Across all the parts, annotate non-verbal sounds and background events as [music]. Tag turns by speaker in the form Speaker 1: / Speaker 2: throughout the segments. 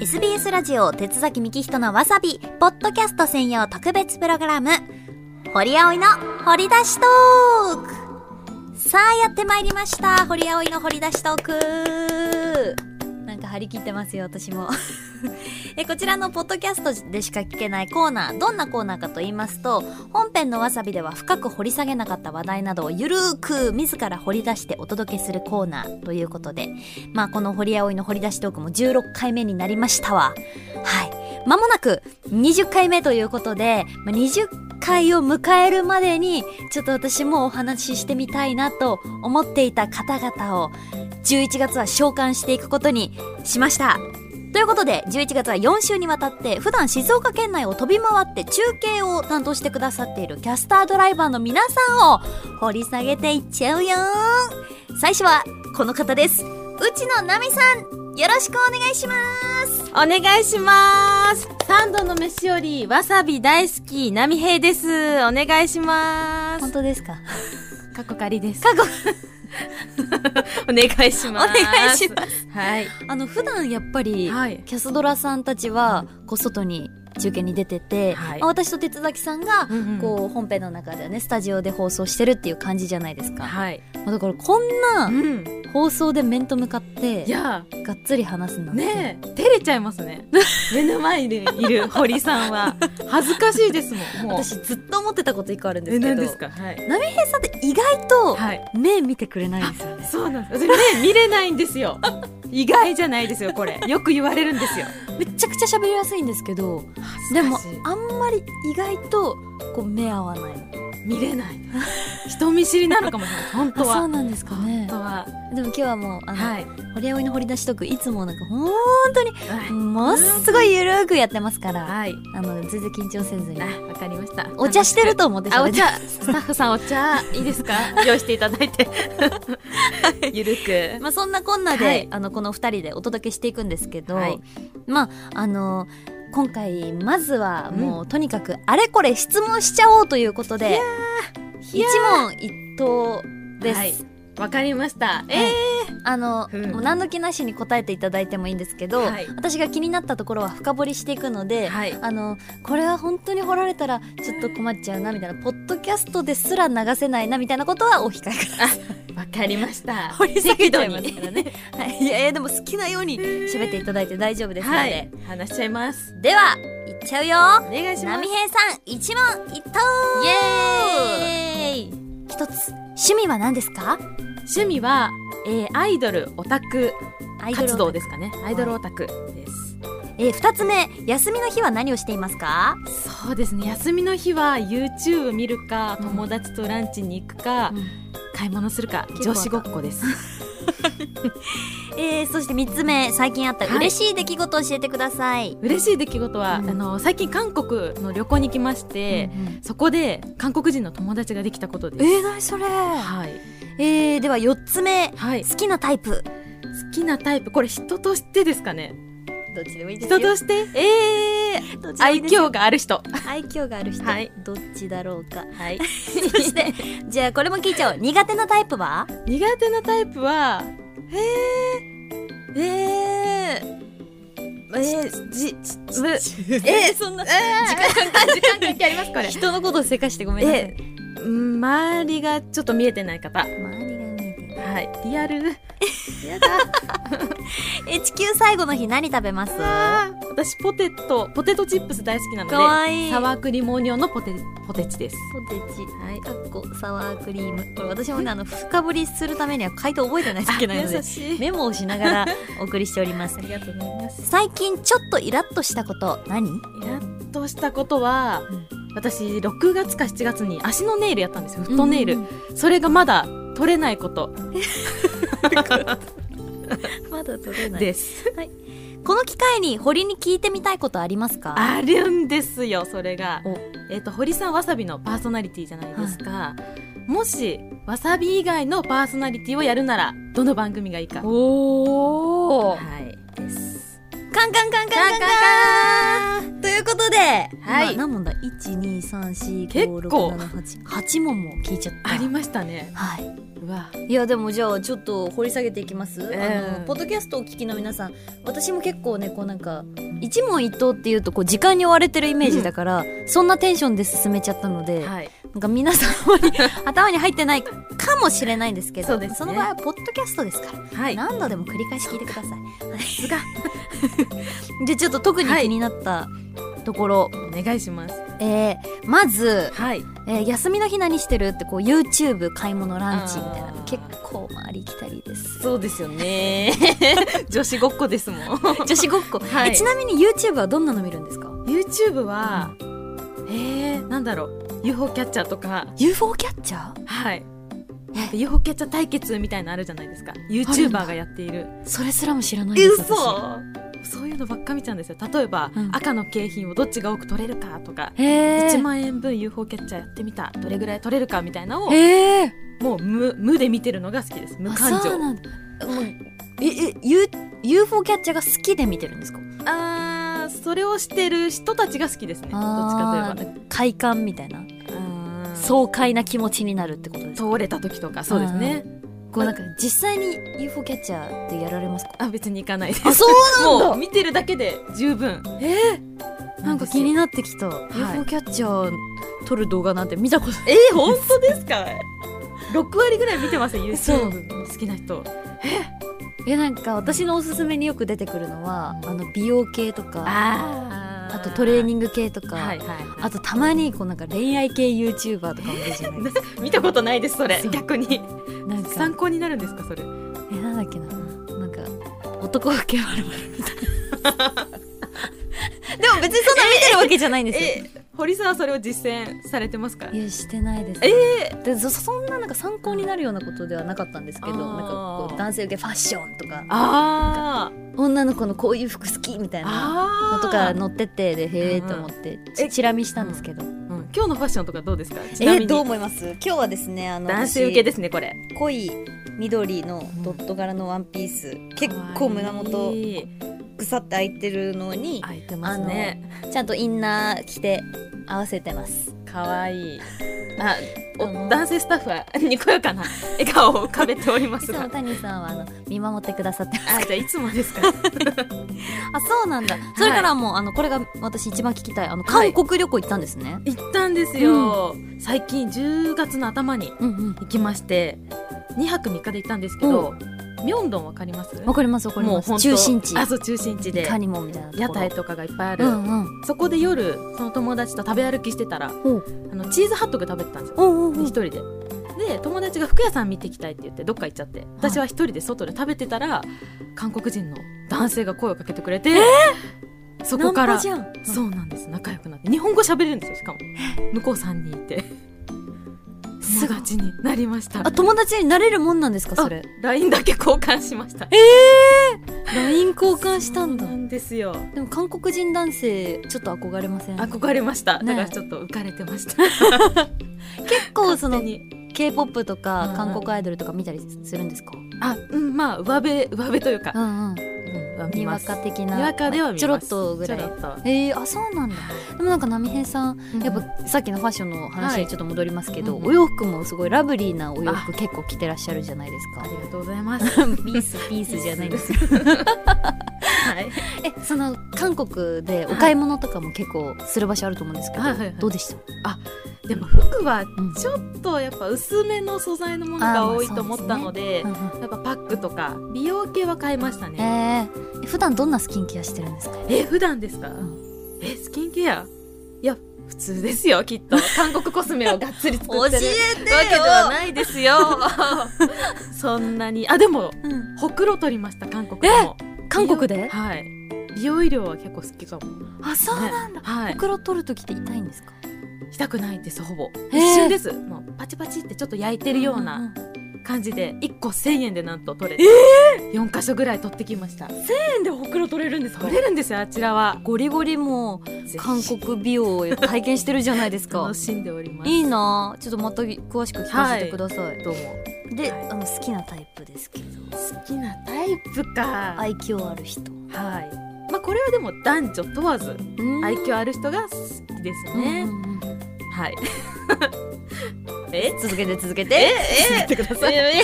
Speaker 1: SBS ラジオ鉄崎幹人のわさびポッドキャスト専用特別プログラム堀葵の掘り出しトークさあやってまいりました堀葵の掘り出しトークなんか張り切ってますよ私も [laughs] えこちらのポッドキャストでしか聞けないコーナーどんなコーナーかと言いますと本編のわさびでは深く掘り下げなかった話題などをゆるーく自ら掘り出してお届けするコーナーということでまあこの堀葵の掘り出しトークも16回目になりましたわはいまもなく20回目ということで、まあ、20回を迎えるまでにちょっと私もお話ししてみたいなと思っていた方々を11月は召喚していくことにしましたということで11月は4週にわたって普段静岡県内を飛び回って中継を担当してくださっているキャスタードライバーの皆さんを掘り下げていっちゃうよ最初はこの方です内野奈美さんよろしくお願いします
Speaker 2: お願いしますサンドの飯よりわさび大好き波平ですお願いしま
Speaker 1: 本
Speaker 2: す
Speaker 1: 当ですか
Speaker 2: 過去仮です
Speaker 1: 過去
Speaker 2: [laughs] お願いし
Speaker 1: お
Speaker 2: ます
Speaker 1: 願いします
Speaker 2: すはい
Speaker 1: あの普段やっぱり、
Speaker 2: はい
Speaker 1: キャスドラさんたちはこう外に中継に出てて、
Speaker 2: はい
Speaker 1: まあ私と鉄崎さんが、
Speaker 2: うんうん
Speaker 1: こう本編の中ではねスタジオで放送してるっていう感じじゃないですか、
Speaker 2: はい
Speaker 1: まあだからこん
Speaker 2: う
Speaker 1: なん放送で面と向かって
Speaker 2: いや
Speaker 1: がっつり話すなんて、
Speaker 2: ねえ照れちゃいますね目の前にいる堀さん [laughs] は恥ずかしいですもんもう
Speaker 1: 私ずっと思ってたこと一個あるんです
Speaker 2: え
Speaker 1: けど
Speaker 2: 何ですかはい
Speaker 1: 平さんって意外と
Speaker 2: はい
Speaker 1: 目見てくれないんですよね、
Speaker 2: そうなんです私ね見れないんですよ意外じゃないですよこれよく言われるんですよ
Speaker 1: めちゃくちゃ喋りやすいんですけどでも
Speaker 2: 恥ずかしい
Speaker 1: あんまり意外とこう目合わない
Speaker 2: 見れない人見知りなのかもしれない本
Speaker 1: あ
Speaker 2: 当
Speaker 1: そう
Speaker 2: は
Speaker 1: なんですか
Speaker 2: 本
Speaker 1: ね
Speaker 2: 当は
Speaker 1: でも今日はもうあの、
Speaker 2: はい
Speaker 1: 堀江葵の掘り出しトークいつもなんかほんとにものすごいゆるーくやってますから
Speaker 2: はい
Speaker 1: あの全然緊張せずに
Speaker 2: あわかりました
Speaker 1: お茶してると思って
Speaker 2: あお
Speaker 1: 喋って
Speaker 2: 茶スタッフさんお茶いい [laughs] ですか用意していただいてゆるく
Speaker 1: まあ、そんなこんなで、
Speaker 2: はい
Speaker 1: あのこの二人でお届けしていくんですけど、
Speaker 2: はい
Speaker 1: まああの今回まずはもう、とにかくあれこれ質問しちゃおうということ
Speaker 2: い
Speaker 1: で
Speaker 2: やい
Speaker 1: 一
Speaker 2: や
Speaker 1: 問一答です、
Speaker 2: はいわかりましたえ
Speaker 1: あの、
Speaker 2: うん
Speaker 1: もう何の気なしに答えていただいてもいいんですけど、
Speaker 2: はい
Speaker 1: 私が気になったところは深掘りしていくの
Speaker 2: ー
Speaker 1: で、
Speaker 2: はい
Speaker 1: あのこれは本当に掘られたらちょっと困っちゃうなみたいなポッドキャストですら流せないなみたいなことはお控えください。
Speaker 2: わかりました
Speaker 1: 掘り下げちゃいます
Speaker 2: 適
Speaker 1: か
Speaker 2: 度
Speaker 1: ら
Speaker 2: に
Speaker 1: ね。はい、いやいやでも好きなように喋っていただいて大丈夫ですので、
Speaker 2: はい話しちゃいます
Speaker 1: ではいっちゃうよ
Speaker 2: お願いしま
Speaker 1: 波
Speaker 2: す
Speaker 1: 平さん一問一答イエーイ一つ趣味は何ですか
Speaker 2: 趣味はえーアイドルオタク
Speaker 1: アイドル
Speaker 2: 活動ですかねアイドルオタクです
Speaker 1: えー、二つ目休みの日は何をしていますか、
Speaker 2: そうですね休みの日は YouTube 見るか
Speaker 1: うん
Speaker 2: 友達とランチに行くか、買い物するか
Speaker 1: 結構
Speaker 2: 女子ごっこです
Speaker 1: えー、そして三つ目最近あった
Speaker 2: はい
Speaker 1: 嬉しい出来事を教えてください、
Speaker 2: 嬉しい出来事は、
Speaker 1: うん
Speaker 2: あの最近韓国の旅行に来まして、そこで韓国人の友達ができたことです
Speaker 1: えー、何それ
Speaker 2: はい、
Speaker 1: えー、では四つ目
Speaker 2: はい、
Speaker 1: 好きなタイプ
Speaker 2: 好きなタイプこれ人としてですかね
Speaker 1: どっちでもいい
Speaker 2: 人としてえー、愛嬌がある人
Speaker 1: 愛嬌がある人、
Speaker 2: はい
Speaker 1: どっちだろうか
Speaker 2: はい
Speaker 1: そしてじゃあこれも聞いちゃおう苦手なタイプは
Speaker 2: 苦手なタイプはえー、えーえー、じ、じ、ぶ、えー、
Speaker 1: そんな
Speaker 2: 時間関係、時間関係ありますこれ。
Speaker 1: 人のことをせかしてごめんなさい、
Speaker 2: えー、うん周りがちょっと見えてない方。
Speaker 1: 周りが見えてる
Speaker 2: はい、リアル。やだ。
Speaker 1: え地球最後の日何食べますか
Speaker 2: 私ポテトポテトチップス大好きなので
Speaker 1: わいい
Speaker 2: サワークリームオニオンのポテポテチです
Speaker 1: ポテチ
Speaker 2: はい
Speaker 1: かっこサワークリームこれ私もねあの深掘りするためには回答覚えてないといけないので
Speaker 2: 優しい
Speaker 1: メモをしながら [laughs] お送りしております
Speaker 2: ありがとうございます
Speaker 1: 最近ちょっとイラッとしたこと何
Speaker 2: やっとしたことは、
Speaker 1: うん
Speaker 2: 私6月か7月に足のネイルやったんですよフットネイル、それがまだ取れないこと
Speaker 1: [laughs] まだ取れない
Speaker 2: です
Speaker 1: この機会に堀に聞いてみたいことありますか
Speaker 2: あるんですよそれが
Speaker 1: お
Speaker 2: えっ、と堀さんわさびのパーソナリティじゃないですか、もしわさび以外のパーソナリティをやるならどの番組がいいか
Speaker 1: お
Speaker 2: はい
Speaker 1: です
Speaker 2: カンカンカンカンカンカンということで、
Speaker 1: はい。
Speaker 2: 今
Speaker 1: 何問だ ?1、2、3、4、
Speaker 2: 結
Speaker 1: 5、6、
Speaker 2: 構
Speaker 1: 7、8。8問も聞いちゃった。
Speaker 2: ありましたね。
Speaker 1: はい。
Speaker 2: うわ。
Speaker 1: いやでもじゃあちょっと掘り下げていきます、
Speaker 2: ええ
Speaker 1: あのポッドキャストをお聞きの皆さん私も結構ねこうなんか一問一答っていうとこう時間に追われてるイメージだから、そんなテンションで進めちゃったので、
Speaker 2: はい。
Speaker 1: なんか皆さんあ
Speaker 2: [laughs]
Speaker 1: まり頭に入ってないかもしれないんですけど
Speaker 2: そうですね
Speaker 1: の場合はポッドキャストですから、
Speaker 2: はい。
Speaker 1: 何度でも繰り返し聞いてください
Speaker 2: すが。
Speaker 1: [laughs] でちょっと特に
Speaker 2: はい
Speaker 1: 気になったところ、
Speaker 2: お願いします。
Speaker 1: えーまず、
Speaker 2: はい。
Speaker 1: えー休みの日何してるってこう YouTube 買い物ランチみたいな
Speaker 2: あー
Speaker 1: 結構回りきたりです
Speaker 2: そうですよ [laughs] ね。女子ごっこですもん。
Speaker 1: [laughs] 女子ごっこ、
Speaker 2: はい
Speaker 1: えちなみに YouTube はどんなの見るんですか
Speaker 2: YouTube は、えー、なんだろう。UFO キャッチャーとか、
Speaker 1: UFO キャッチャー
Speaker 2: はい。UFO キャッチャー対決みたいなのあるじゃないですか。YouTuber がやっている。
Speaker 1: それすらも知らないです
Speaker 2: 嘘
Speaker 1: 私
Speaker 2: そういうのばっか見ちゃうんですよ。例えば、
Speaker 1: うん
Speaker 2: 赤の景品をどっちが多く取れるかとか、
Speaker 1: へえ
Speaker 2: 1万円分 UFO キャッチャーやってみた、どれぐらい取れるかみたいなのを、
Speaker 1: へえ
Speaker 2: もう無無で見てるのが好きです。無感
Speaker 1: そう
Speaker 2: 情。
Speaker 1: なんだもうええ U- UFO キャッチャーが好きで見てるんですか
Speaker 2: あー、それをしてる人たちが好きですね。どっち
Speaker 1: あー
Speaker 2: かといえ
Speaker 1: 快感みたいな
Speaker 2: ば。う
Speaker 1: 爽快な気持ちになるってことですか
Speaker 2: 通れた時とか、そうですね。
Speaker 1: こうなんか実際に UFO キャッチャーってやられますか
Speaker 2: あ、別に行かないです。
Speaker 1: あそう
Speaker 2: もう見てるだけで十分。
Speaker 1: えー、なんか気になってきた、
Speaker 2: い
Speaker 1: UFO キャッチャー撮る動画なんて見たことない
Speaker 2: えー、本当ですか6割ぐらい見てますよ
Speaker 1: そう
Speaker 2: YouTube 好きな人
Speaker 1: えなんか私のおすすめによく出てくるのはあの美容系とか
Speaker 2: あ
Speaker 1: あとトレーニ
Speaker 2: ン
Speaker 1: ング系とか、
Speaker 2: はいはいはい、
Speaker 1: あとたまにこうなんか恋愛系 YouTuber とかもいるじゃないですか
Speaker 2: 見たことないですそれ
Speaker 1: そう
Speaker 2: 逆に
Speaker 1: なん
Speaker 2: 参
Speaker 1: か
Speaker 2: 考になるんですかそれは
Speaker 1: えなんだっけななんか男受け悪るみたいなでも別にそんな見てるわけじゃないん [laughs] ですよ、
Speaker 2: え堀さんはそれを実践されてますか
Speaker 1: いやしてないです
Speaker 2: え
Speaker 1: でそそんななんか参考になるようなことではなかったんですけど
Speaker 2: あー
Speaker 1: なんかこう男性受けファッションとか
Speaker 2: あ
Speaker 1: 女の子のこういう服好きみたい
Speaker 2: ー
Speaker 1: な
Speaker 2: あ
Speaker 1: の
Speaker 2: ー
Speaker 1: とか載っててでへえと思って
Speaker 2: うん
Speaker 1: ちチラ見したんですけど、
Speaker 2: うん今日のファッションとかどうですかちなみ
Speaker 1: え
Speaker 2: に
Speaker 1: どう思います今日はですねあの
Speaker 2: 男性受けですすねこれ
Speaker 1: 濃い緑のドット柄のワンピース、結構胸元腐って開いてるのに
Speaker 2: 開いてますね
Speaker 1: ちゃんとインナー着て合わせてます
Speaker 2: 可愛いあ
Speaker 1: あの
Speaker 2: お男性スタッフはにこや
Speaker 1: [laughs]
Speaker 2: かな笑顔を浮かべておりま
Speaker 1: い
Speaker 2: す
Speaker 1: つ
Speaker 2: が
Speaker 1: も谷さんはあの見守ってくださってます
Speaker 2: あじゃあいつもですか
Speaker 1: あそうなんだそれからもう、あのこれが私一番聞きたいあの
Speaker 2: はい
Speaker 1: 韓国旅行 [laughs] 行ったんですね、
Speaker 2: 行ったんですよ、最近10月の頭に
Speaker 1: うんうん
Speaker 2: 行きまして2泊3日で行ったんですけどミョンドンわかります
Speaker 1: わかりますわかり
Speaker 2: もう
Speaker 1: ます
Speaker 2: 本当
Speaker 1: 中心地
Speaker 2: あそう中心地
Speaker 1: い
Speaker 2: で
Speaker 1: かにもみたいなところ
Speaker 2: 屋台とかがいっぱいあ
Speaker 1: う
Speaker 2: る、
Speaker 1: んうん
Speaker 2: そこで夜その友達と食べ歩きしてたら
Speaker 1: おう
Speaker 2: あのチーズハットグ食べてたんですよ
Speaker 1: おうおうお
Speaker 2: 一
Speaker 1: う
Speaker 2: 人で。で友達が服屋さん見てきたいって言ってどっか行っちゃって私は一人で外で食べてたら韓国人の男性が声をかけてくれて、そこか
Speaker 1: ナン
Speaker 2: ら
Speaker 1: パじゃん
Speaker 2: そうなんです仲良くなって日本語喋れるんですよしかも向こう3人いて
Speaker 1: す
Speaker 2: す
Speaker 1: ごい
Speaker 2: がちになりました
Speaker 1: あ友達になれるもんなんですかそれ
Speaker 2: LINE だけ交換しました
Speaker 1: LINE 交換したんだ
Speaker 2: なんですよ
Speaker 1: でも韓国人男性ちょっと憧れません
Speaker 2: 憧れました
Speaker 1: ね
Speaker 2: だからちょっと浮かれてました
Speaker 1: 結構その
Speaker 2: [laughs] 勝手に
Speaker 1: K-POP と
Speaker 2: うん
Speaker 1: か
Speaker 2: うん
Speaker 1: 韓国アイドルとか見たりするんですか
Speaker 2: あうんまあ上辺上辺というか
Speaker 1: う、んうん
Speaker 2: うんは見
Speaker 1: に
Speaker 2: ま
Speaker 1: わ
Speaker 2: す
Speaker 1: か的な
Speaker 2: にわかでは見ます
Speaker 1: ちょろっとぐらい
Speaker 2: ちょっと
Speaker 1: えー、あそうなんだでもなんか波平さんやっぱさっきのファッションの話
Speaker 2: は
Speaker 1: に
Speaker 2: い
Speaker 1: ちょっと戻りますけど、
Speaker 2: うんうん
Speaker 1: お洋服もすごいラブリーなお洋服
Speaker 2: あ
Speaker 1: 結構着てらっしゃるじゃないですか
Speaker 2: [laughs] ありがとうございます。
Speaker 1: ピースピースじゃないんです
Speaker 2: よ。はい。
Speaker 1: [laughs] えその韓国でお買い物とかも結構する場所あると思うんですけど、
Speaker 2: はいはいはい
Speaker 1: どうでした、
Speaker 2: でも服は
Speaker 1: うん
Speaker 2: ちょっとやっぱ薄めの素材のものが多いと思ったので、
Speaker 1: うんうん
Speaker 2: やっぱパックとか美容系は買いましたね。
Speaker 1: えー、普段どんなスキンケアしてるんですか
Speaker 2: え普段ですか？えスキンケア？いや普通ですよき
Speaker 1: [laughs]
Speaker 2: っと。韓国コスメをがっつり作ってるわけではないです
Speaker 1: [laughs]
Speaker 2: よ。 [laughs] そんなにあでも
Speaker 1: うん、
Speaker 2: ほくろ取りました韓国でも。
Speaker 1: 韓国で
Speaker 2: はい。美容医療は結構好きかも。
Speaker 1: あそうなんだ、
Speaker 2: はい
Speaker 1: ほ。くろ取るときって痛いんですか
Speaker 2: したくないですほぼ
Speaker 1: へ
Speaker 2: 一
Speaker 1: え
Speaker 2: 瞬ですもうパチパチってちょっと焼いてるような感じで1個1000円でなんと取れて、四4箇所ぐらい取ってきました
Speaker 1: 円でほくろ取れるんです
Speaker 2: 取れるんですよあちらは
Speaker 1: ゴリゴリもう
Speaker 2: ぜひ
Speaker 1: 韓国美容を体験してるじゃないですか [laughs]
Speaker 2: 楽しんでおります
Speaker 1: いいなあちょっとまた詳しく聞かせてください、
Speaker 2: どうも
Speaker 1: であの好きなタイプですけど
Speaker 2: 好きなタイプか
Speaker 1: 愛嬌ある人
Speaker 2: はいまあ、これはでも男女問わず
Speaker 1: うん
Speaker 2: 愛嬌ある人が好きですね、
Speaker 1: うんうんうん
Speaker 2: はい
Speaker 1: [laughs]
Speaker 2: え
Speaker 1: 続けて続け
Speaker 2: え
Speaker 1: て
Speaker 2: え
Speaker 1: 続けてください
Speaker 2: [laughs] ええ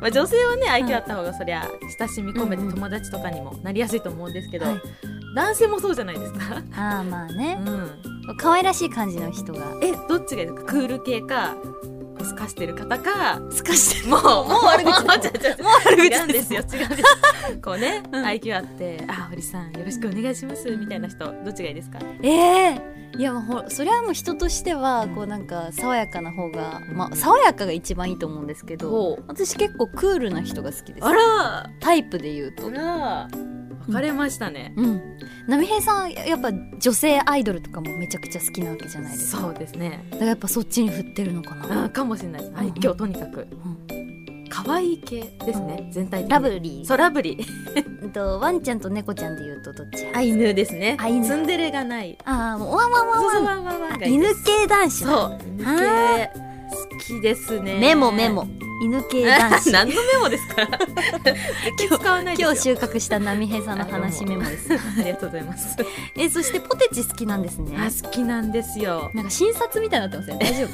Speaker 2: まあ、女性はね愛嬌あった方がそりゃ親しみ込め
Speaker 1: うんう
Speaker 2: て
Speaker 1: ん
Speaker 2: 友達とかにもなりやすいと思うんですけど、
Speaker 1: はい
Speaker 2: 男性もそうじゃないですか、
Speaker 1: [laughs] ああまあ
Speaker 2: う
Speaker 1: ね
Speaker 2: ん、
Speaker 1: 可愛らしい感じの人が
Speaker 2: えどっちがいいですかクール系かすかしてる方か
Speaker 1: すかして
Speaker 2: もうもう悪口
Speaker 1: もう
Speaker 2: もう悪
Speaker 1: 口
Speaker 2: 違うんですよ違うんですこうね、
Speaker 1: うん
Speaker 2: IQ あって「あ堀さんよろしくお願いします」みたいな人どっちがいいですか
Speaker 1: ええいやもうほそれはもう人としてはこうなんか爽やかな方がまあ爽やかが一番いいと思うんですけど
Speaker 2: お
Speaker 1: 私結構クールな人が好きです
Speaker 2: あら
Speaker 1: タイプで言うと
Speaker 2: あら分かれましたね、
Speaker 1: うん波平さんややっぱ女性アイドルとかもめちゃくちゃ好きなわけじゃないですか
Speaker 2: そうですね
Speaker 1: だからやっぱそっちに振ってるのかな、
Speaker 2: うんかもしれないです、はい
Speaker 1: うん
Speaker 2: 今日とにかく可愛い系ですね、全体的に
Speaker 1: ラブリー
Speaker 2: そうラブリー
Speaker 1: うんとワンちゃんと猫ちゃんで言うとどっち
Speaker 2: アイヌですね
Speaker 1: アイヌ
Speaker 2: ツンデレがない
Speaker 1: ああもうワンワンワン
Speaker 2: そう
Speaker 1: ワ
Speaker 2: そう
Speaker 1: ン
Speaker 2: ワンワンワンがいい
Speaker 1: 犬
Speaker 2: です
Speaker 1: 系男子だ
Speaker 2: そう犬系好きですね
Speaker 1: メモメモ犬系
Speaker 2: [laughs]
Speaker 1: 男子
Speaker 2: 何のメモ [laughs] ですか絶対使わないですよ
Speaker 1: 今日収穫した波平さんの話メモです
Speaker 2: [laughs] ありがとうございます。
Speaker 1: えそしてポテチ好きなんですね
Speaker 2: あ好きなんですよ。
Speaker 1: なんか診察みたいになってますよね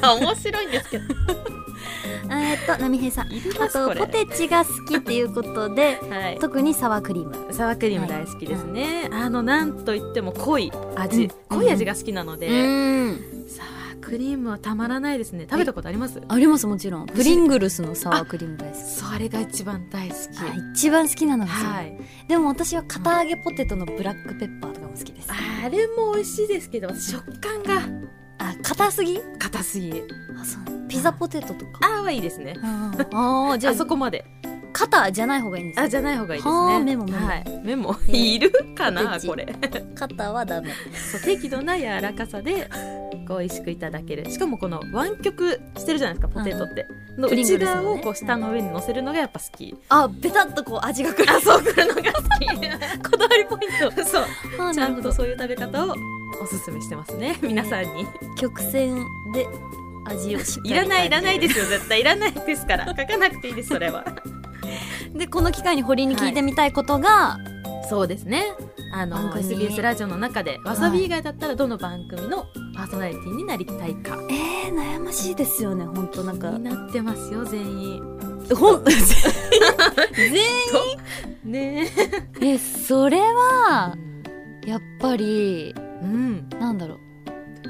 Speaker 1: 大丈夫
Speaker 2: [laughs]
Speaker 1: [laughs]
Speaker 2: 面白いんですけど。
Speaker 1: えーっと波平さん
Speaker 2: いり
Speaker 1: あ
Speaker 2: ます
Speaker 1: と
Speaker 2: これ。
Speaker 1: ポテチが好きっていうこと [laughs] で
Speaker 2: [laughs] はい。
Speaker 1: 特にサワークリーム
Speaker 2: サワークリーム大好きですね。あのなんといっても濃い味、
Speaker 1: うん
Speaker 2: 濃い味が好きなの
Speaker 1: う
Speaker 2: で、
Speaker 1: ーん
Speaker 2: サワークリームはたまらないですね。食べたことあります？
Speaker 1: ありますもちろんプリングルスのサワークリーム大好き
Speaker 2: それが一番大好き。
Speaker 1: あ一番好きなのがそれ、
Speaker 2: はい。
Speaker 1: でも私は片揚げポテトのブラックペッパーとかも好きですあ
Speaker 2: あれも美味しいですけど、食感が
Speaker 1: 硬すぎ
Speaker 2: 硬すぎ。
Speaker 1: あそうピザポテトとか
Speaker 2: ああはいいですね。
Speaker 1: ああーじゃ
Speaker 2: あ
Speaker 1: あ
Speaker 2: そこまで。
Speaker 1: 肩じゃない方がいいんです
Speaker 2: あ
Speaker 1: ね
Speaker 2: じゃない方がいいで
Speaker 1: は
Speaker 2: す
Speaker 1: あ
Speaker 2: ね。
Speaker 1: メモメモ
Speaker 2: はい。メモ
Speaker 1: えー
Speaker 2: いるか
Speaker 1: ポ
Speaker 2: な
Speaker 1: テチ
Speaker 2: これ。
Speaker 1: 肩はダメ
Speaker 2: そう適度な柔らかさでこう美味しくいただけるしかもこの湾曲してるじゃないですかポテトって、の
Speaker 1: プリング
Speaker 2: 内
Speaker 1: ルスのね
Speaker 2: 側をこう下の上に乗せるのがやっぱ好き、
Speaker 1: あベタっとこう味がくる
Speaker 2: あそうくるの [laughs] が好きこだわりポイントそう
Speaker 1: あ
Speaker 2: ちゃんとそういう食べ方をおすすめしてますね皆さんに
Speaker 1: 曲線で味をしっかり
Speaker 2: いらないいらないですすよ絶対いらないですから書かなくていいですそれは
Speaker 1: でこの機会に堀に聞いてみたいことが、
Speaker 2: [laughs] そうですねあ
Speaker 1: 番
Speaker 2: の
Speaker 1: 組
Speaker 2: SBS ラジオの中でわさび以外だったらどの番組のパーソナリティになりたいか
Speaker 1: えー、悩ましいですよね本当なんか
Speaker 2: になってますよ全員
Speaker 1: ほん [laughs] 全員
Speaker 2: ね
Speaker 1: えそれは
Speaker 2: え
Speaker 1: やっぱり
Speaker 2: うん
Speaker 1: なんだろう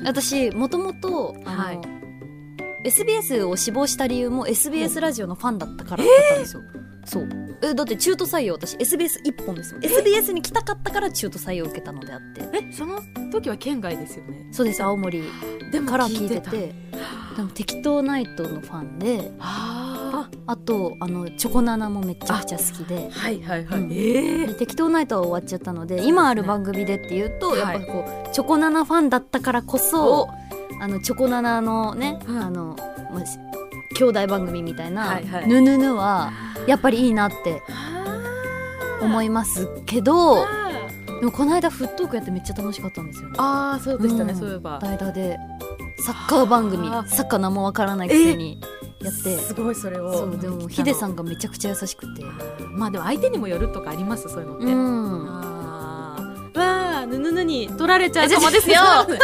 Speaker 1: 私もともとあの、
Speaker 2: はい
Speaker 1: SBS を志望した理由も SBS ラジオのファンだったからだったんですよ、そうえだって中途採用私 SBS 一本ですもん SBS に来たかったから中途採用受けたのであって
Speaker 2: えその時は県外ですよね
Speaker 1: そうです青森
Speaker 2: でも
Speaker 1: から
Speaker 2: 聞
Speaker 1: 聞
Speaker 2: い
Speaker 1: い
Speaker 2: て
Speaker 1: て
Speaker 2: た
Speaker 1: てでも適当ナイトのファンで
Speaker 2: あ
Speaker 1: あとあのチョコナナもめちゃくちゃ好きで
Speaker 2: ーはいはいはい、
Speaker 1: うん
Speaker 2: え
Speaker 1: で適当ナイトは終わっちゃったので今ある番組でっていうと、
Speaker 2: はい
Speaker 1: やっぱこうチョコナナファンだったからこそあのチョコナナのね、
Speaker 2: うん
Speaker 1: あのまあし兄弟番組みたいな
Speaker 2: はいはい
Speaker 1: ぬぬぬはやっぱりいいなって思
Speaker 2: い
Speaker 1: いますけど
Speaker 2: あ
Speaker 1: でもこの間フットークやってめっちゃ楽しかったんですよね。
Speaker 2: あーそうでしたね、
Speaker 1: うん
Speaker 2: そういえば
Speaker 1: 代打でサッカー番組
Speaker 2: あー
Speaker 1: サッカー何もわからないくせにやって
Speaker 2: すごいそれを
Speaker 1: そうでもヒデさ
Speaker 2: ん
Speaker 1: んがめちゃくちゃ優しくて
Speaker 2: まあでも相手にもよるとかありますそういうのって、
Speaker 1: うん
Speaker 2: あーわあぬぬぬに取られちゃうかもですよ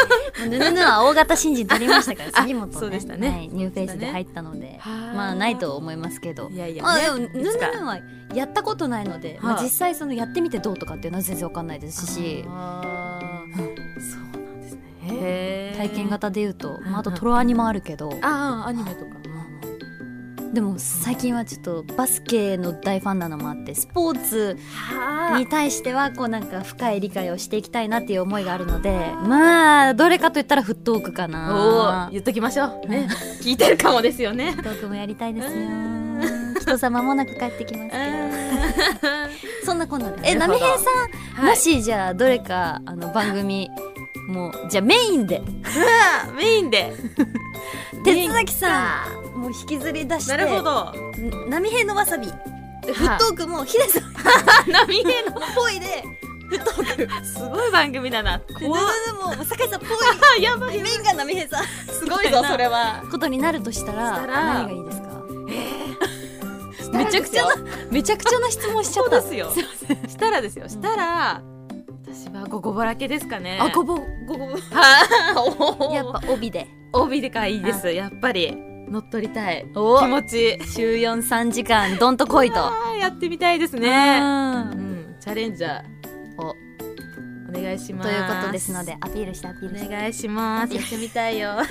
Speaker 2: [laughs]
Speaker 1: ぬぬぬは大型新人取りましたから
Speaker 2: あ
Speaker 1: 杉本ね
Speaker 2: そうでしたね
Speaker 1: はい、ニューフェイスで入ったので、ま
Speaker 2: ま
Speaker 1: あないと思いますけど
Speaker 2: いやいや、
Speaker 1: あ
Speaker 2: ね
Speaker 1: でもぬぬ
Speaker 2: いつか
Speaker 1: ぬはやったことないので、ま
Speaker 2: は
Speaker 1: あ、
Speaker 2: い
Speaker 1: 実際そのやってみてどうとかっていうのは全然わかんないですし
Speaker 2: あーそうなんですねへー
Speaker 1: 体験型で言うと、
Speaker 2: ん
Speaker 1: まあ、あとトロアニもあるけど
Speaker 2: ああアニメとか
Speaker 1: でも最近はちょっとバスケの大ファンなのもあってスポーツ
Speaker 2: は
Speaker 1: に対してはこうなんか深い理解をしていきたいなっていう思いがあるのでまあどれかと言ったらフットオークか
Speaker 2: お
Speaker 1: な
Speaker 2: お言っときましょう
Speaker 1: うん
Speaker 2: ね聞いてるかもですよね
Speaker 1: フットオークもやりたいですよ
Speaker 2: う [laughs]
Speaker 1: 人様もなく帰ってきますけどそんなこんなでえ
Speaker 2: な
Speaker 1: な
Speaker 2: る
Speaker 1: め
Speaker 2: ほ
Speaker 1: へ
Speaker 2: ど
Speaker 1: さんもしじゃあどれかあの番組もうじゃあメインで
Speaker 2: はいメインで
Speaker 1: 手崎さんもう引きずり出して
Speaker 2: なるほど
Speaker 1: ん波平のわさびでフットオークもヒデさんっ
Speaker 2: 波平の
Speaker 1: ぽいでフットオークで
Speaker 2: [laughs] すごい番組だな
Speaker 1: ヌヌ
Speaker 2: 怖っ
Speaker 1: ヌも酒井さんっぽい
Speaker 2: あ [laughs] やばい
Speaker 1: でメインが波平さん
Speaker 2: すごいぞそれは
Speaker 1: ことになるとしたら
Speaker 2: したら
Speaker 1: 何がいいですか
Speaker 2: えーら
Speaker 1: めちゃくちゃなめちゃくちゃな質問しちゃった
Speaker 2: そうですよ
Speaker 1: すいません
Speaker 2: したらですよしたら、私はゴゴぼらけですかね
Speaker 1: あごぼごぼ
Speaker 2: [laughs] はい
Speaker 1: やっぱ帯で
Speaker 2: 帯でかいいですやっぱり乗っ取りたい
Speaker 1: お
Speaker 2: 気持ち
Speaker 1: 週43時間どんと来いと
Speaker 2: あーやってみたいです
Speaker 1: う
Speaker 2: ねうんんチャレンジャー
Speaker 1: お
Speaker 2: お願いします
Speaker 1: ということですのでアピールしてアピー
Speaker 2: お
Speaker 1: ルして
Speaker 2: 願いしますやってみたいよ
Speaker 1: はい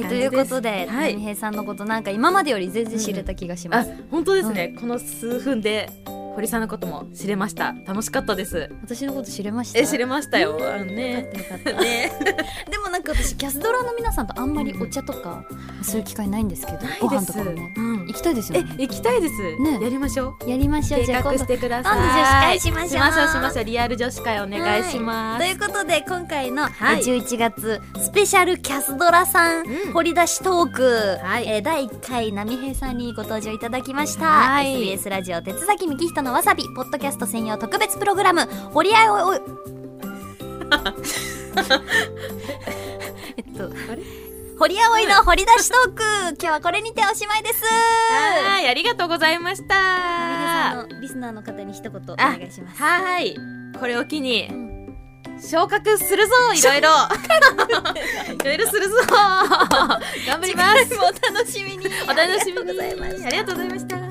Speaker 2: 感
Speaker 1: と
Speaker 2: じ
Speaker 1: い
Speaker 2: です
Speaker 1: うことで
Speaker 2: はい
Speaker 1: 谷平さんのことなんか今までより全然知れた気がしま
Speaker 2: あ
Speaker 1: す
Speaker 2: 本当ですね、この数分で堀さんのことも知れました楽しかったです
Speaker 1: 私のこと知れました
Speaker 2: え知れましたよあのね
Speaker 1: よかった
Speaker 2: ね
Speaker 1: [laughs] でもなんか私キャスドラの皆さんとあんまりお茶とかそういう機会ないんですけど
Speaker 2: ない
Speaker 1: ご
Speaker 2: で
Speaker 1: 飯と
Speaker 2: す
Speaker 1: かもね
Speaker 2: うん
Speaker 1: 行きたいです
Speaker 2: え
Speaker 1: よね
Speaker 2: 行きたいです、
Speaker 1: ね
Speaker 2: やりましょう
Speaker 1: やりましょう
Speaker 2: 計
Speaker 1: じゃあ今
Speaker 2: 画
Speaker 1: 度
Speaker 2: してください
Speaker 1: 今度女子会しましょう
Speaker 2: しましょうしましょうリアル女子会お願いします、
Speaker 1: ということで今回の
Speaker 2: はい
Speaker 1: 11月スペシャルキャスドラさん
Speaker 2: うん
Speaker 1: 掘り出しトーク、
Speaker 2: はい
Speaker 1: えー第1回波平さんにご登場いただきました、
Speaker 2: はい
Speaker 1: SBS ラジオ鉄崎幹人のわさびポッドキャスト専用特別プログラム掘り合いを
Speaker 2: [laughs]
Speaker 1: おえっと
Speaker 2: あれ
Speaker 1: 掘り合いの掘り出しト
Speaker 2: [laughs]
Speaker 1: ーク今日はこれにておしまいです
Speaker 2: はいありがとうございました
Speaker 1: 波平さんのリスナーの方に一言お願いします
Speaker 2: はいこれを機に、
Speaker 1: ん
Speaker 2: 昇格するぞいろいろいろいろするぞ頑張ります
Speaker 1: お楽しみに
Speaker 2: お楽しみに
Speaker 1: [laughs] ありがとうございました
Speaker 2: ありがとうございました